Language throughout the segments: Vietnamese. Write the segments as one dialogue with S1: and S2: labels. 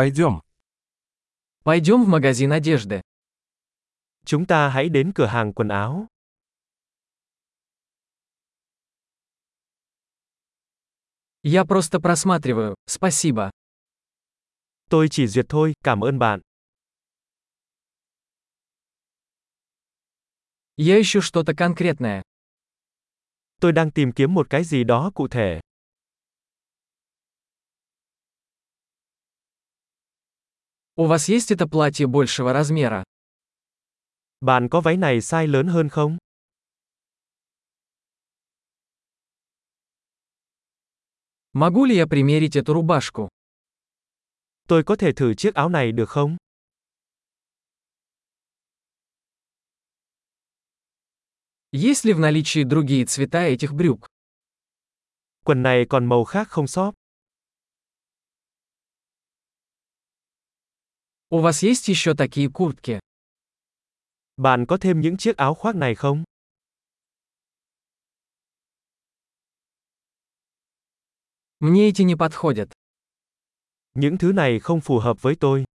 S1: Пойдем.
S2: Пойдем в магазин одежды.
S3: Chúng ta hãy đến cửa hàng quần áo.
S2: Я просто просматриваю, спасибо.
S3: Tôi chỉ duyệt thôi, cảm ơn bạn.
S2: Я ищу что-то конкретное.
S3: Tôi đang tìm kiếm một cái gì đó cụ thể.
S2: У вас есть это платье большего размера?
S3: Bạn có váy này size lớn hơn không?
S2: Могу ли я примерить эту рубашку?
S3: Tôi có thể thử chiếc áo này được không?
S2: Есть ли в наличии другие цвета этих брюк?
S3: Quần này còn màu khác không shop?
S2: У вас есть еще такие куртки?
S3: Bạn có thêm những chiếc áo khoác này không?
S2: Мне эти не подходят.
S3: Những thứ này không phù hợp với tôi.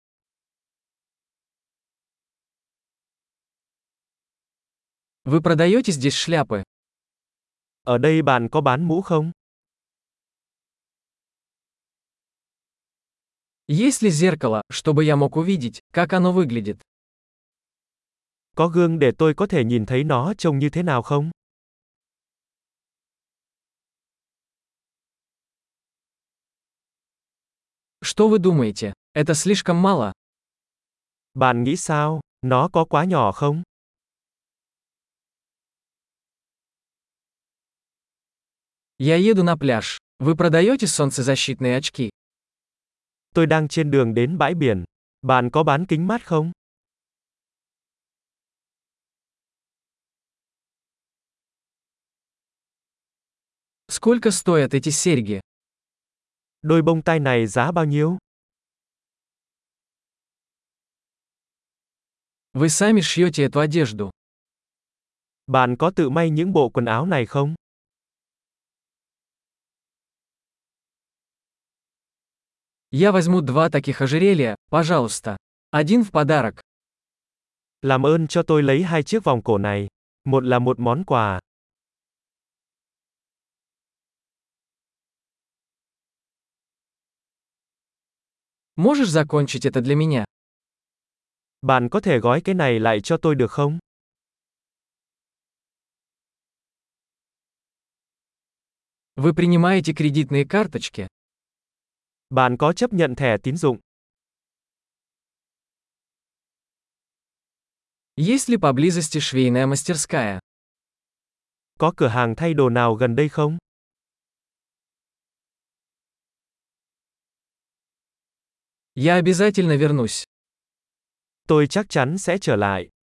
S2: Вы продаете здесь шляпы?
S3: Ở đây bạn có bán mũ không?
S2: Есть ли зеркало, чтобы я мог увидеть, как оно выглядит?
S3: Có gương để tôi có thể nhìn thấy nó trông như thế nào không?
S2: Что вы думаете? Это слишком мало?
S3: Bạn nghĩ sao? Nó có quá nhỏ không?
S2: Я еду на пляж. Вы продаете солнцезащитные очки?
S3: Tôi đang trên đường đến bãi biển. Bạn có bán kính mát không?
S2: Сколько стоят эти серьги?
S3: Đôi bông tai này giá bao nhiêu?
S2: Вы сами шьете эту одежду.
S3: Bạn có tự may những bộ quần áo này không?
S2: Я возьму два таких ожерелья, пожалуйста. Один в подарок.
S3: Làm ơn cho tôi lấy hai chiếc vòng cổ này. Một là một món quà.
S2: Можешь закончить это для меня?
S3: Bạn có thể gói cái này lại cho tôi được không?
S2: Вы принимаете кредитные карточки?
S3: Bạn có chấp nhận thẻ tín dụng?
S2: Есть ли поблизости швейная мастерская?
S3: Có cửa hàng thay đồ nào gần đây không?
S2: Я обязательно вернусь.
S3: Tôi chắc chắn sẽ trở lại.